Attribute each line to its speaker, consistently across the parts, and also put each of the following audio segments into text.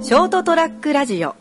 Speaker 1: ショートトラックラジオ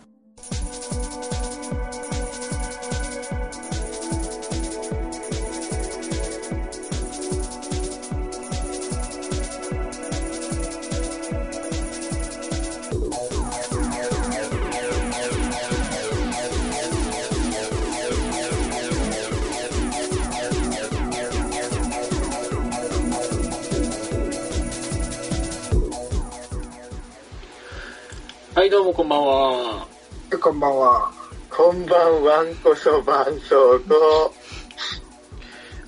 Speaker 2: はい、どうもこんばんは。
Speaker 3: こんばんは。こんばんはんこそばんそうと、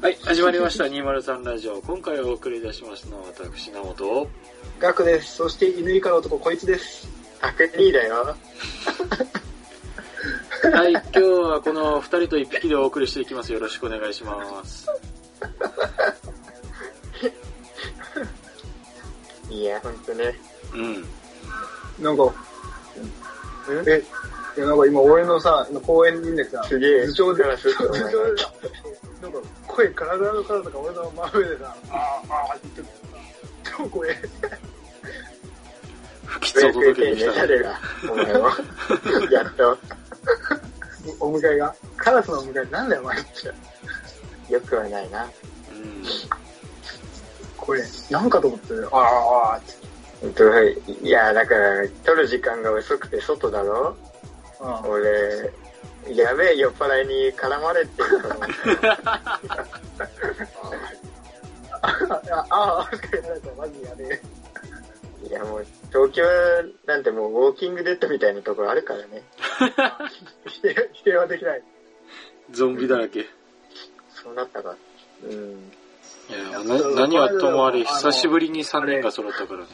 Speaker 2: はい、始まりました、203ラジオ。今回お送りいたしますのは 私、名本。
Speaker 4: ガクです。そして犬以下の男、こいつです。
Speaker 3: 悪人だよ。
Speaker 2: はい、今日はこの2人と1匹でお送りしていきます。よろしくお願いします。
Speaker 3: いや、ほんとね。
Speaker 2: うん。
Speaker 4: なんか、
Speaker 3: ん
Speaker 4: え、いやなんか今俺のさ、あの公園にいんだけどさ、
Speaker 3: すげえ
Speaker 4: 頭頂で、
Speaker 3: ガラ
Speaker 4: 頭
Speaker 3: スだ
Speaker 4: 頂でさ、なんか声、体の体とか俺の真上でさ、あーあーって言ってた。超怖え。
Speaker 2: 不吉
Speaker 3: 増
Speaker 2: を
Speaker 3: え増え
Speaker 2: 届け
Speaker 3: て
Speaker 2: に
Speaker 3: ね、
Speaker 2: 来た。
Speaker 3: 誰が。お 前は。やっと。
Speaker 4: お迎えが。カラスのお迎え、なんだよ、お前って。
Speaker 3: よくはないな。
Speaker 2: うん。
Speaker 4: 声、なんかと思って、ああああって。
Speaker 3: ほんと、はい。いや、だから、撮る時間が遅くて外だろ
Speaker 4: うん
Speaker 3: 俺、やべえ、酔っ払いに絡まれてると 思う。
Speaker 4: ああ、ああ、しか言われたらマジやべえ。
Speaker 3: いや、もう、東京なんてもうウォーキングデッドみたいなところあるからね。
Speaker 4: 否定否定はできない。
Speaker 2: ゾンビだらけ。い
Speaker 3: そうなったか。うん。
Speaker 2: や、な何はともあれ、久しぶりに3人が揃ったからね。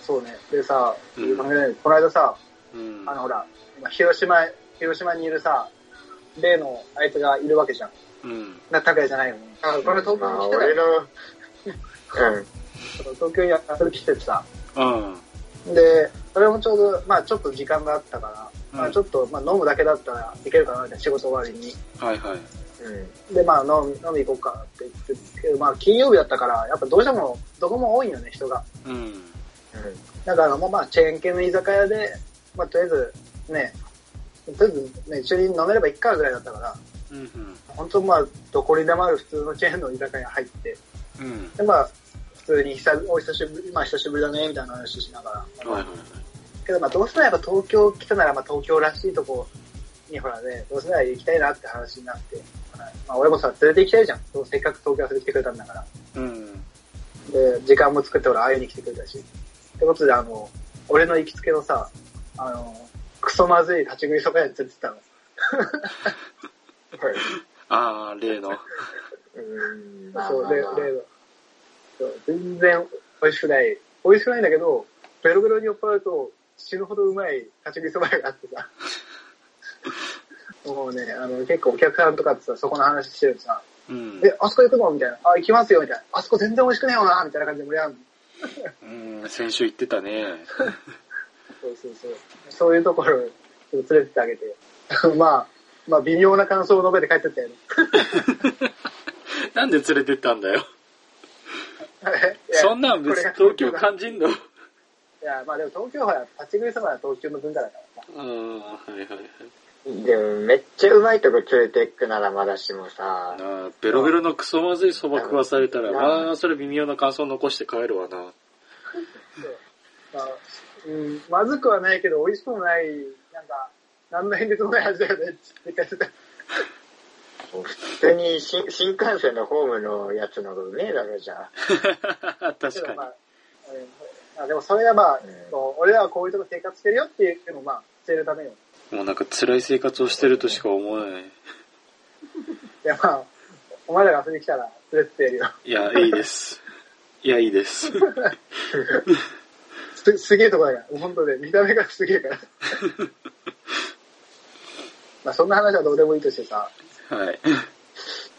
Speaker 4: そうね。でさ、
Speaker 2: うん
Speaker 4: この間さ、
Speaker 2: うん
Speaker 4: あ。のほら、今広島へ、広島にいるさ、例のあいつがいるわけじゃん。
Speaker 2: うん。
Speaker 4: な、拓也じゃないよね。あ、これ東
Speaker 3: ま
Speaker 4: 京
Speaker 3: あ、
Speaker 4: に来てた
Speaker 3: 俺
Speaker 4: よ。
Speaker 3: の、うん。
Speaker 4: 東京に遊び来ててさ。
Speaker 2: うん。
Speaker 4: で、それもちょうど、まあちょっと時間があったから、
Speaker 2: うん
Speaker 4: まあちょっと、まあ飲むだけだったらいけるかな、みたいな仕事終わりに。
Speaker 2: はいはい。
Speaker 3: うん。
Speaker 4: で、まあ飲み、飲み行こうかって言って、けど、まあ金曜日だったから、やっぱどうしても、どこも多いよね、人が。
Speaker 2: うん。
Speaker 3: うん。
Speaker 4: だからもうまあチェーン系の居酒屋で、まあとりあえず、ね、とりあえずね、一緒に飲めればいっかぐらいだったから、
Speaker 2: うん。
Speaker 4: 本当まあ、どこにでもある普通のチェーンの居酒屋入って、
Speaker 2: うん。
Speaker 4: でまあ、普通に久々お久しぶり、まあ久しぶりだね、みたいな話しながら。
Speaker 2: はいはいはい。
Speaker 4: けどまあ、どうせならやっぱ東京来たなら、まあ東京らしいとこにほらね、どうせなら行きたいなって話になって、はいまあ俺もさ、連れて行きたいじゃん。せっかく東京遊びに来てくれたんだから。
Speaker 2: うん。
Speaker 4: で、時間も作ってほら、会いに来てくれたし。ってことで、あの、俺の行きつけのさ、あの、クソまずい立ち食いそば屋に連れてったの。
Speaker 3: はい。
Speaker 2: あー、例の。
Speaker 3: うん
Speaker 4: そう、で、例の。そう、全然美味しくない。美味しくないんだけど、ベロベロに酔っ払うと死ぬほどうまい立ち食いそば屋があってさ。 もうね、あの、結構お客さんとかってさ、そこの話してるとさ、
Speaker 2: うん。
Speaker 4: え、あそこ行くのみたいな。あ、行きますよ、みたいな。あそこ全然美味しくないよな、みたいな感じで盛り上がるの。
Speaker 2: うん、先週言ってたね。
Speaker 4: そうそうそう。そういうところ、ちょっと連れてってあげ て。まあ、まあ、微妙な感想を述べて帰ってったよね。
Speaker 2: なんで連れてったんだよ。
Speaker 4: いや
Speaker 2: そんなん別に東京
Speaker 4: これが
Speaker 2: 感じんの。
Speaker 4: いや、まあでも東京は立ち食いそばは東京の文化だからさ。
Speaker 2: ああ、はいはいはい。
Speaker 3: でもめっちゃうまいとこ連れてくならまだしもさ、
Speaker 2: なあ、ベロベロのクソまずいそば食わされたら、まあ、それ微妙な感想残して帰るわな。
Speaker 4: まあ、うん、まずくはないけど、美味しくもない、なんか、何の変哲もない味だよねって言ってた。
Speaker 3: 普通に新新幹線のホームのやつの方がうめえだろじゃん。
Speaker 2: 確
Speaker 4: ま
Speaker 2: か
Speaker 4: あ、うんあでもそれはまあ、
Speaker 3: うん
Speaker 4: こう俺らはこういうとこ生活してるよっていうのをまあ、捨てるためよ。
Speaker 2: に。もうなんか辛い生活をしてるとしか思えない。
Speaker 4: いやまあ、お前らが遊びに来たら連れてってやるよ。
Speaker 2: い や、いいです。いや、いいです。
Speaker 4: す、すげえとこだから。本当ね、見た目がすげえから。 まあそんな話はどうでもいいとしてさ、
Speaker 2: はい。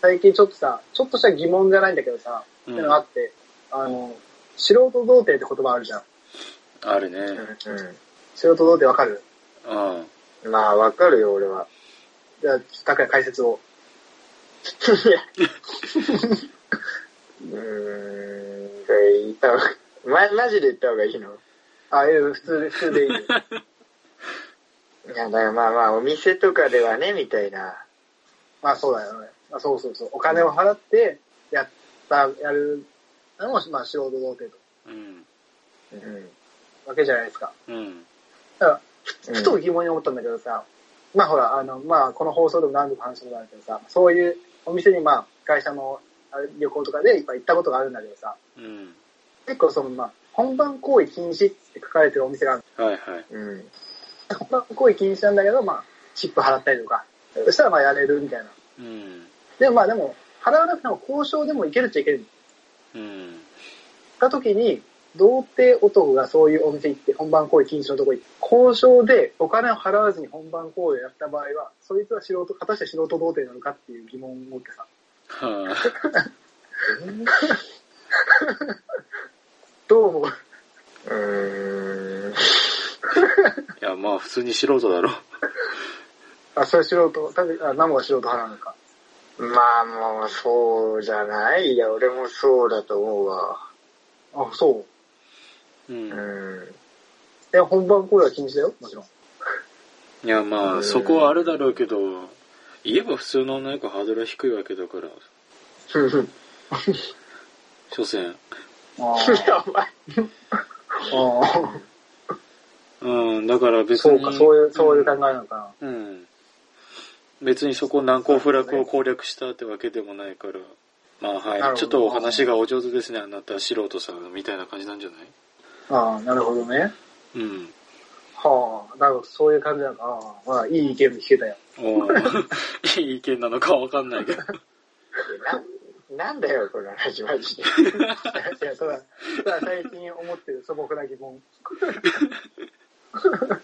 Speaker 4: 最近ちょっとさ、ちょっとした疑問じゃないんだけどさ、
Speaker 2: うん
Speaker 4: ってのがあって、あの、素人童貞って言葉あるじゃん。
Speaker 2: あるね。
Speaker 3: う
Speaker 4: 素人童貞わかる
Speaker 2: うん。
Speaker 3: ん。まあわかるよ俺は。
Speaker 4: じゃあ、高い解説 を。
Speaker 3: うーん、これ言った方が、ま、マジで言った方がいいの
Speaker 4: あ、いや普通で、普通でいいよ。
Speaker 3: いや、だからまあまあ、お店とかではね、みたいな。
Speaker 4: まあそうだよね。まあ、そうそうそう。お金を払って、やった、やるのも、まあ素人童貞と。
Speaker 2: うん。
Speaker 3: うん。
Speaker 4: わけじゃないですか。
Speaker 2: うん。
Speaker 4: だから、
Speaker 3: うん
Speaker 4: ふと疑問に思ったんだけどさ、まあほら、あの、まあこの放送でも何度か話したことあるけどさ、そういうお店にまあ会社のあれ旅行とかでいっぱい行ったことがあるんだけどさ、
Speaker 2: うん。
Speaker 4: 結構そのまあ、本番行為禁止って書かれてるお店がある。
Speaker 2: はいはい。
Speaker 3: うん。
Speaker 4: 本番行為禁止なんだけど、まあ、チップ払ったりとか、そしたらまあやれるみたいな。
Speaker 2: うん。
Speaker 4: でもまあでも、払わなくても交渉でもいけるっちゃいける。
Speaker 2: うん。
Speaker 4: た時に、童貞男がそういうお店行って本番行為禁止のとこ行って、交渉でお金を払わずに本番行為をやった場合は、そいつは素人、果たして素人童貞なのかっていう疑問を持ってさ、
Speaker 2: は
Speaker 4: どう思う
Speaker 3: うーん。
Speaker 2: あ。いや、まあ、普通に素人だろ。
Speaker 4: あ、それ素人、たぶん、あ、ナモが素人派なのか。
Speaker 3: まあもう、そうじゃないいや、俺もそうだと思うわ。
Speaker 4: あ、そう。
Speaker 2: うん
Speaker 3: う。ん。
Speaker 4: え、本番行為は禁止だよ、もちろん。
Speaker 2: いや、まあ、そこはあるだろうけど、言えば普通の女の子ハードルは低いわけだから、所詮。
Speaker 4: あ
Speaker 3: やばい。
Speaker 4: あー。
Speaker 2: うん、だから別
Speaker 4: そ
Speaker 2: に。
Speaker 4: うか、そういう、そういう考えなのかな。
Speaker 2: うん。別にそこ難攻不落を攻略したってわけでもないから。まあ
Speaker 4: な
Speaker 2: は
Speaker 4: る
Speaker 2: い。
Speaker 4: ほど
Speaker 2: ちょっとお話がお上手ですね、あなた素人さんみたいな感じなんじゃない
Speaker 4: ああ、なるほどね。
Speaker 2: うん。
Speaker 4: はあ、なるほど、そういう感じなのか。ああ、まあ、いい意見も聞けたよ。
Speaker 2: おーいい意見なのかわかんないけど。
Speaker 3: な、なんだよ、この話、マジで。
Speaker 4: いや、ただ、ただ最近思ってる素朴な疑問。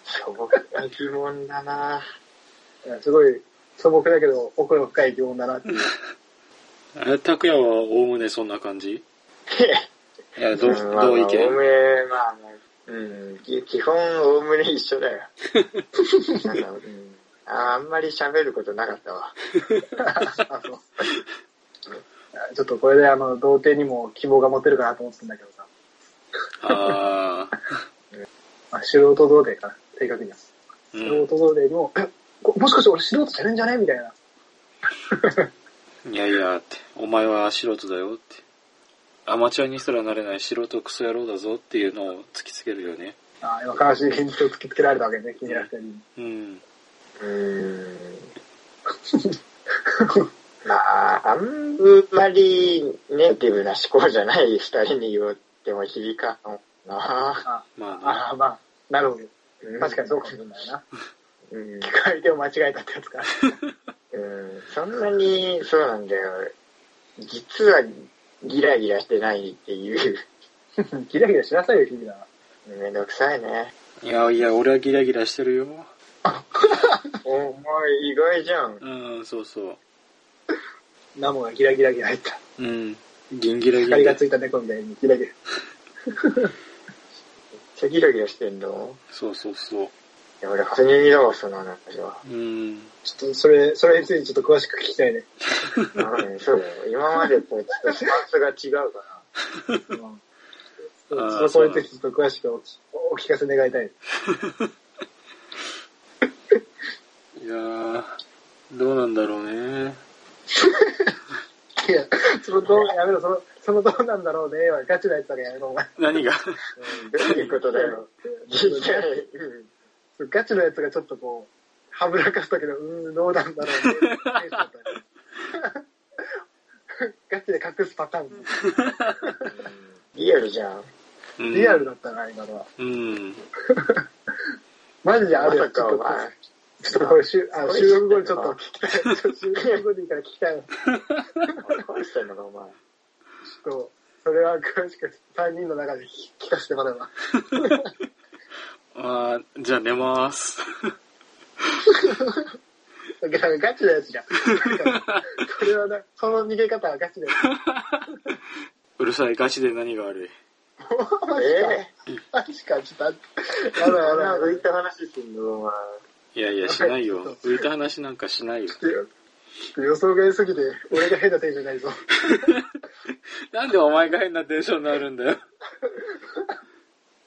Speaker 3: 素朴な疑問だな。
Speaker 4: いやすごい素朴だけど奥の深い疑問だなっていう。
Speaker 2: あれ、拓也はおおむねそんな感じいや、どう、
Speaker 3: まあ
Speaker 2: どう意見
Speaker 3: おおむね、まあ、うん、き基本、おおむね一緒だよ。なんかうんああんまり喋ることなかったわ。
Speaker 4: あそう ちょっとこれであの、童貞にも希望が持てるかなと思ってたんだけどさ。
Speaker 2: ああ。
Speaker 4: まあ、素人童貞かな、正確には。
Speaker 2: う
Speaker 4: 素人童貞にも、えこもしかして俺素人じゃねえんじゃねみたいな。
Speaker 2: ん。いやいや、って。お前は素人だよって。アマチュアにすらなれない素人クソ野郎だぞっていうのを突きつけるよね。
Speaker 4: あ今、悲しい現実を突きつけられたわけね、気になってに。
Speaker 2: うん。
Speaker 3: うん。まあ、あんまりネイティブな思考じゃない二人に言っても響かんな。
Speaker 4: あ、
Speaker 2: まあね。
Speaker 4: あまあ、なるほど。確かにそうかもしれないな。
Speaker 3: うん。
Speaker 4: 相手を間違えたってやつか。
Speaker 3: うんそんなに、そうなんだよ。実は、ギラギラしてないっていう。
Speaker 4: ギラギラしなさいよ、君ら。
Speaker 3: めんどくさいね。
Speaker 2: いやいや、俺はギラギラしてるよ。
Speaker 3: おお前意外じゃん。
Speaker 2: うん、そうそう。
Speaker 4: ナモがギラギラギラ入った。
Speaker 2: うん。ギンギラギ
Speaker 4: 光
Speaker 2: ラ
Speaker 4: が。ついた猫みたいにギラギラ。
Speaker 3: めっちゃギラギラしてんの
Speaker 2: そうそうそう。
Speaker 3: いや俺、初耳だわ、その話 は。
Speaker 2: うん。
Speaker 4: ちょっとそれ、それについてちょっと詳しく聞きたいね。
Speaker 3: うん、そうだよ。今までとちょっとスタンスが違うか
Speaker 4: うん
Speaker 2: あー
Speaker 4: そそれについてちょっと詳しくおお聞かせ願いたい。
Speaker 2: いやー、どうなんだろうね。
Speaker 4: いや、そのどう、やめろ、その、そのどうなんだろうね、はガチなやつだからやめろ、お前。
Speaker 2: 何が
Speaker 3: な。うん、どういうことだよ。実際、うん。
Speaker 4: ガチのやつがちょっとこう、はぶらかすときの、うーん、どうなんだろうね、っていうやつだったよガチで隠すパターン。
Speaker 3: リアルじゃん。
Speaker 2: うん
Speaker 4: リアルだったな、今のは。
Speaker 2: うん。
Speaker 4: マジであ
Speaker 3: ま
Speaker 4: る
Speaker 3: さ
Speaker 4: よ、ち
Speaker 3: か
Speaker 4: ょっ
Speaker 3: お
Speaker 4: と。
Speaker 3: 前。
Speaker 4: ちょっとこれ、収あの収録後にちょっと聞きたい。ちょっと収録後でいいから聞きたいわ。
Speaker 3: 恋してんのか、 お前。
Speaker 4: ちょっと、それは詳しく3人の中で聞かせてもらうわ。
Speaker 2: あーじゃあ寝ます。
Speaker 4: だからガチなやつじゃん。これはな、その逃げ方はガ チだよ。
Speaker 2: うるさい、ガチで何が悪い。
Speaker 4: マジか。
Speaker 3: え
Speaker 4: マジか、ちょっ
Speaker 3: ぇ、
Speaker 4: と、
Speaker 3: ー、
Speaker 4: や
Speaker 3: まだ
Speaker 4: ばい
Speaker 3: まだ
Speaker 4: やば
Speaker 3: 浮
Speaker 4: い
Speaker 3: い。た話すんの、お前。
Speaker 2: いやいや、しないよ。浮いた話なんかしないよ。
Speaker 4: 予想外すぎて、俺が変なテンションになりそう。
Speaker 2: なんでお前が変なテンションになるんだよ。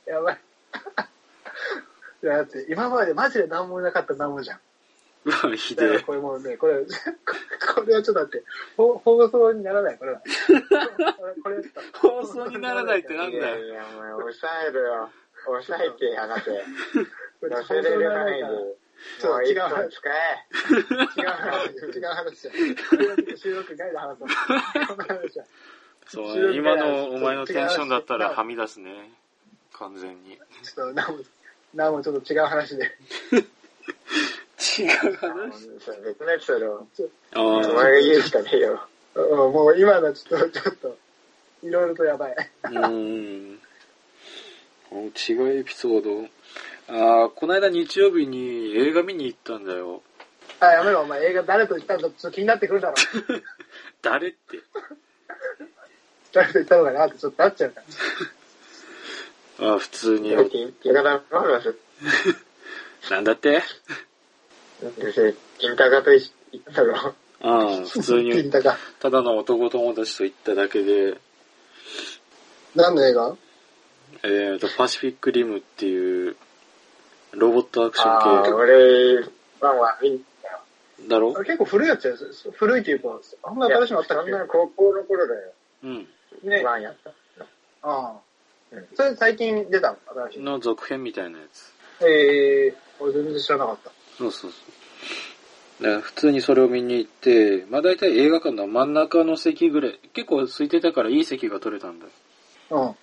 Speaker 4: やばい。 いやだって今までマジで何もなかった何もじゃん。
Speaker 2: うわ、ひ
Speaker 4: だか
Speaker 2: で
Speaker 4: ら
Speaker 2: え。
Speaker 4: これもうね、こ れ、これはちょっとだって、ほ放送にならない、これ は。これはちょっと
Speaker 2: 放送にならないってなん
Speaker 3: いや
Speaker 2: だ
Speaker 3: い
Speaker 2: よ。
Speaker 3: や、お前、抑えるよ。抑えてや がて。
Speaker 4: これ
Speaker 3: 乗
Speaker 4: 放
Speaker 3: せ
Speaker 4: 送
Speaker 3: れ
Speaker 4: に
Speaker 3: る
Speaker 4: なら
Speaker 3: 範囲
Speaker 4: ない
Speaker 3: で
Speaker 4: から。。
Speaker 3: ちょ、一本使え。
Speaker 4: 違う話、 違う話じゃん。これはちょっと収録外の話だ。こんな話じゃん。
Speaker 2: そうね、今のお前のテンションだったらはみ出すね。完全に。
Speaker 4: ちょっと、なんも、なんもちょっと違う話で。
Speaker 2: 違う話。
Speaker 3: それ別のエピソードを、
Speaker 2: あ
Speaker 3: お前
Speaker 2: あ、
Speaker 3: が言うしかねえよ。
Speaker 4: うんもう今のちょっと、ちょっと、いろいろとやばい。
Speaker 2: うん。お違うエピソード。ああ、この間日曜日に映画見に行ったんだよ。
Speaker 4: あ、やめろ、お前映画誰と行ったのかちょっと気になってくるだろ。
Speaker 2: 誰って。
Speaker 4: 誰と行ったのかなってちょっとなっちゃうから。
Speaker 2: ああ、普通に。
Speaker 3: 言い方のフォローする。
Speaker 2: なんだって
Speaker 3: 別に、金高と一緒だろ。
Speaker 2: ああ、普通
Speaker 4: 聞い
Speaker 2: に、
Speaker 4: たか。
Speaker 2: ただの男友達と行っただけで、
Speaker 4: 何の映画
Speaker 2: えー、と、パシフィックリムっていう、ロボットアクシ
Speaker 3: あ
Speaker 2: ョ
Speaker 3: あ、
Speaker 2: ン
Speaker 3: 俺、ワンワン見に
Speaker 2: 系だろ
Speaker 4: あれ結構古いやつやつ古いっていうか、あん
Speaker 3: 行
Speaker 4: な
Speaker 3: った
Speaker 4: 新しいのあったっ
Speaker 3: そんな
Speaker 4: け
Speaker 3: 高校の頃だよ。
Speaker 2: うん。
Speaker 4: ね。
Speaker 3: ワンやった。
Speaker 4: ああ
Speaker 3: うん。
Speaker 4: それ最近出たの新しいの。
Speaker 2: の続編みたいなやつ。
Speaker 4: ええ俺全然知らなかった。
Speaker 2: そうそうそう。だから普通にそれを見に行って、まあ大体映画館の真ん中の席ぐらい、結構空いてたからいい席が取れたんだよ。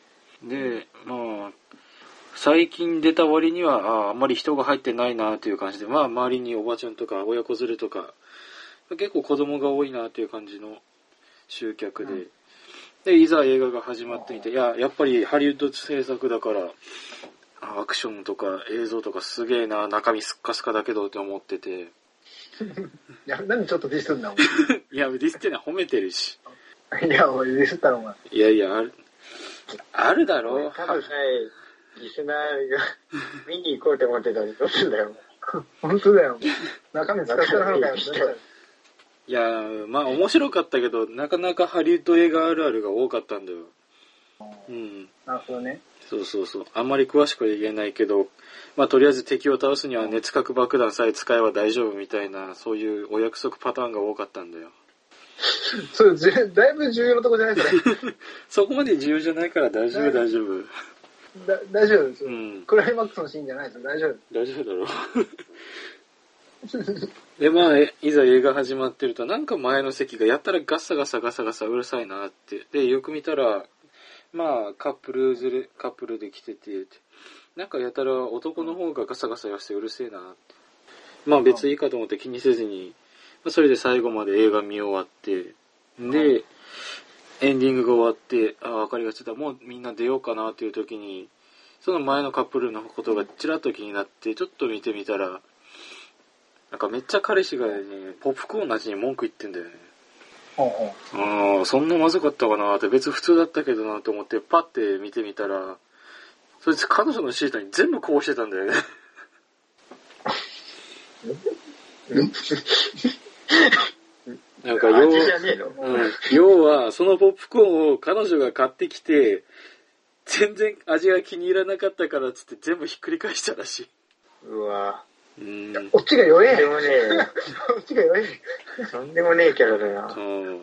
Speaker 4: うん。
Speaker 2: で、まあ、最近出た割には、あああんまり人が入ってないなという感じで、まあ周りにおばちゃんとか親子連れとか、結構子供が多いなという感じの集客で、
Speaker 4: うん
Speaker 2: で、いざ映画が始まってみて、いや、やっぱりハリウッド制作だから、あアクションとか映像とかすげえな、中身すっかすかだけどって思ってて、
Speaker 4: いや、なんでちょっとディスんだ、
Speaker 2: いや、ディスってのは褒めてるし。
Speaker 4: お 前。いや、お前ディスったの、お前。
Speaker 2: いやいや、ある、あるだろう。
Speaker 3: 多分ない、リスナーが見に行こうと思ってたらどうすんだよ。
Speaker 4: 本当だよ。中身使ってな のかよ。
Speaker 2: いやー、まあ面白かったけど、なかなかハリウッド映画あるあるが多かったんだよ。うん。
Speaker 4: なるほどね。
Speaker 2: そうそうそう。あんまり詳しくは言えないけど、まあとりあえず敵を倒すには熱核爆弾さえ使えば大丈夫みたいな、そういうお約束パターンが多かったんだよ。
Speaker 4: それ、ぜだいぶ重要なとこじゃないですか。
Speaker 2: そこまで重要じゃないから大丈夫大丈夫。
Speaker 4: だ大丈夫です
Speaker 2: う
Speaker 4: よ。
Speaker 2: ん。
Speaker 4: クライマックスのシーンじゃないですよ。大丈夫。
Speaker 2: 大丈夫だろう。で、まあ、えいざ映画始まってると、なんか前の席がやったらガサガサガサガサうるさいなって。で、よく見たら、まあ、カップルずれ、カップルで来てて、なんかやたら男の方がガサガサやしてうるせえなって。まあ別にいいかと思って気にせずに、まあ、それで最後まで映画見終わって、で、エンディングが終わって、ああ、明かりがついた、もうみんな出ようかなっていう時に、その前のカップルのことがちらっと気になって、ちょっと見てみたら、なんかめっちゃ彼氏がね、ポップコーンの味に文句言ってんだよね。
Speaker 4: ほうほう。
Speaker 2: ああ、そんなまずかったかなって、別に普通だったけどなと思って、パッて見てみたら、そいつ彼女のシートに全部こぼしてたん だよね。なんかよう
Speaker 3: 味じゃねえの
Speaker 2: うん要は、そのポップコーンを彼女が買ってきて、全然味が気に入らなかったからっつって全部ひっくり返したらし
Speaker 3: うわ
Speaker 2: い。うん。
Speaker 4: こっちが弱
Speaker 3: とん
Speaker 4: え
Speaker 3: で
Speaker 4: よ。
Speaker 3: もね
Speaker 4: こっちが弱えよ。
Speaker 3: え、とんでもねえキャラだな。
Speaker 2: そう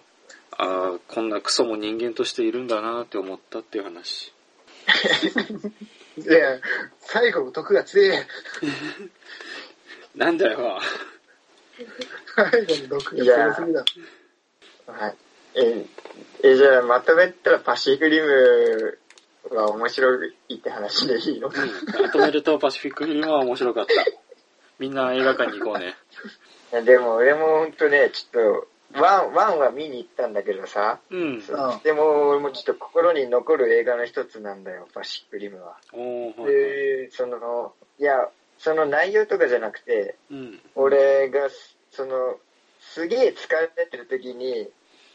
Speaker 2: ああ、こんなクソも人間としているんだなって思ったっていう話。
Speaker 4: いや、最後の得が強え。
Speaker 2: なんだよ。
Speaker 4: 最後の毒が強すぎだ。
Speaker 3: はい。え、え、じゃあまとめたらパシフィックリムは面白いって話でいいの
Speaker 2: まとめるとパシフィックフィルムは面白かった。みんな映画館に行こうね。
Speaker 3: いやでも俺もほんとね、ちょっと、ワン、ワンは見に行ったんだけどさ、
Speaker 2: うん。
Speaker 4: うん
Speaker 3: でも俺もちょっと心に残る映画の一つなんだよ、パシフィックリムは。
Speaker 2: おー、はいはい。
Speaker 4: え
Speaker 3: その、いや、その内容とかじゃなくて、
Speaker 2: うん。
Speaker 3: 俺が、その、すげえ疲れてる時に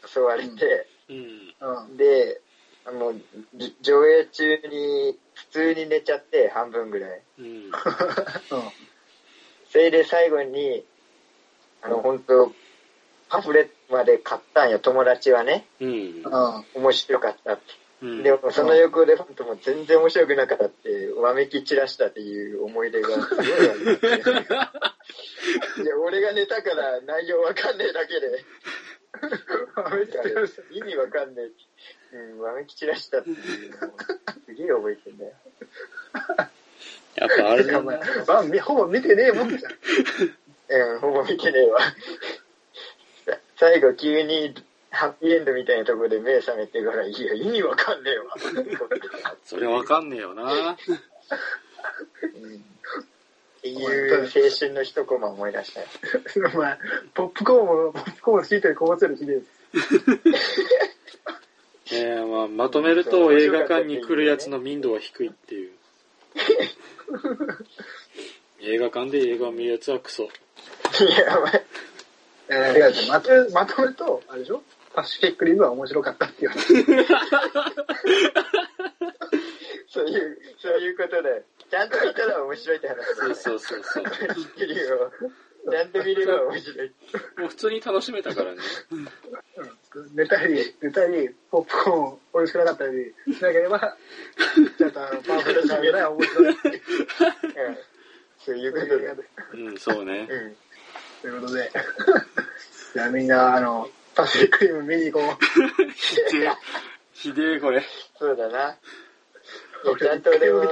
Speaker 3: 襲われて、
Speaker 2: うん。
Speaker 4: ー、うん。
Speaker 3: で、あの、じ上映中に普通に寝ちゃって、半分ぐらい。
Speaker 2: うん。
Speaker 3: それで最後に、あの、本当パンフレットまで買ったんよ、友達はね。
Speaker 2: うん。
Speaker 4: うん。
Speaker 3: 面白かったって。
Speaker 2: うん
Speaker 3: でも、その横でファントも全然面白くなかったって、わめき散らしたっていう思い出がす ごいあるんですよいや、俺が寝たから内容わかんねえだけで、意味わかんねえ。うん、わめき散らしたっていうのを、すげえ覚えてんだよ。
Speaker 2: やっぱあれだ
Speaker 4: お前
Speaker 2: な。
Speaker 4: まあみほぼ見てねえもんじゃん。
Speaker 3: うん、ほぼ見てねえわ。 さ最後、急に、ハッピーエンドみたいなところで目覚めてから、いや、意味わかん ねえわ。
Speaker 2: それわかんねえよな。
Speaker 3: うんっていう青春の一コマ思い出したよ。
Speaker 4: お前、ポップコーンを、ポップコーンを敷いてるこぼせるひでえ。
Speaker 2: ねえまあ、まとめると映画館に来るやつの民度は低いって いう。映画館で映画を見るやつはクソ。
Speaker 3: いや、お前、
Speaker 4: えー、違う違うまとめ、まとめると、あれでしょパシフィックリムは面白かったっていう話。
Speaker 3: そういう、そういうことで、ちゃんと見たら面白いって話 だ
Speaker 2: そうそう
Speaker 3: よ。
Speaker 2: そうそう。
Speaker 3: キリュウをちゃんと見れば面白い。
Speaker 2: もう普通に楽しめたからね。
Speaker 4: うん寝たり、寝たり、ポップコーン美味しくなかったりしなければ、ちょっとあの、パワフルなぐらい面白いっていう
Speaker 3: うん。そういうこ
Speaker 4: こととで
Speaker 3: で。
Speaker 2: うん、そうね。
Speaker 3: うん。
Speaker 4: ということで、じゃあみんな、あの、パシフィックリム見に行こう。
Speaker 2: ひでえ、ひでえこれ。
Speaker 3: そうだな。いやちゃんと 俺も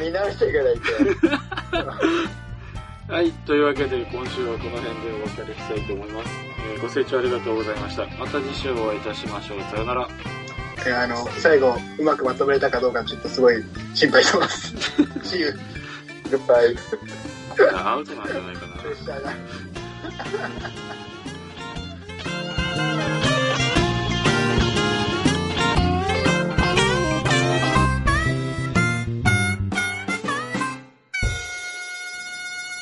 Speaker 3: 見直してから行くよ。
Speaker 2: はい、というわけで今週はこの辺でお別れしたいと思います。えーご清聴ありがとうございました。また次週お会いいたしましょう。さよなら。
Speaker 4: えーあの、最後、うまくまとめれたかどうか、ちょっとすごい心配してます。See you.
Speaker 3: グッバイ。
Speaker 2: アウトなんじゃないかな。
Speaker 4: プレッシャーが。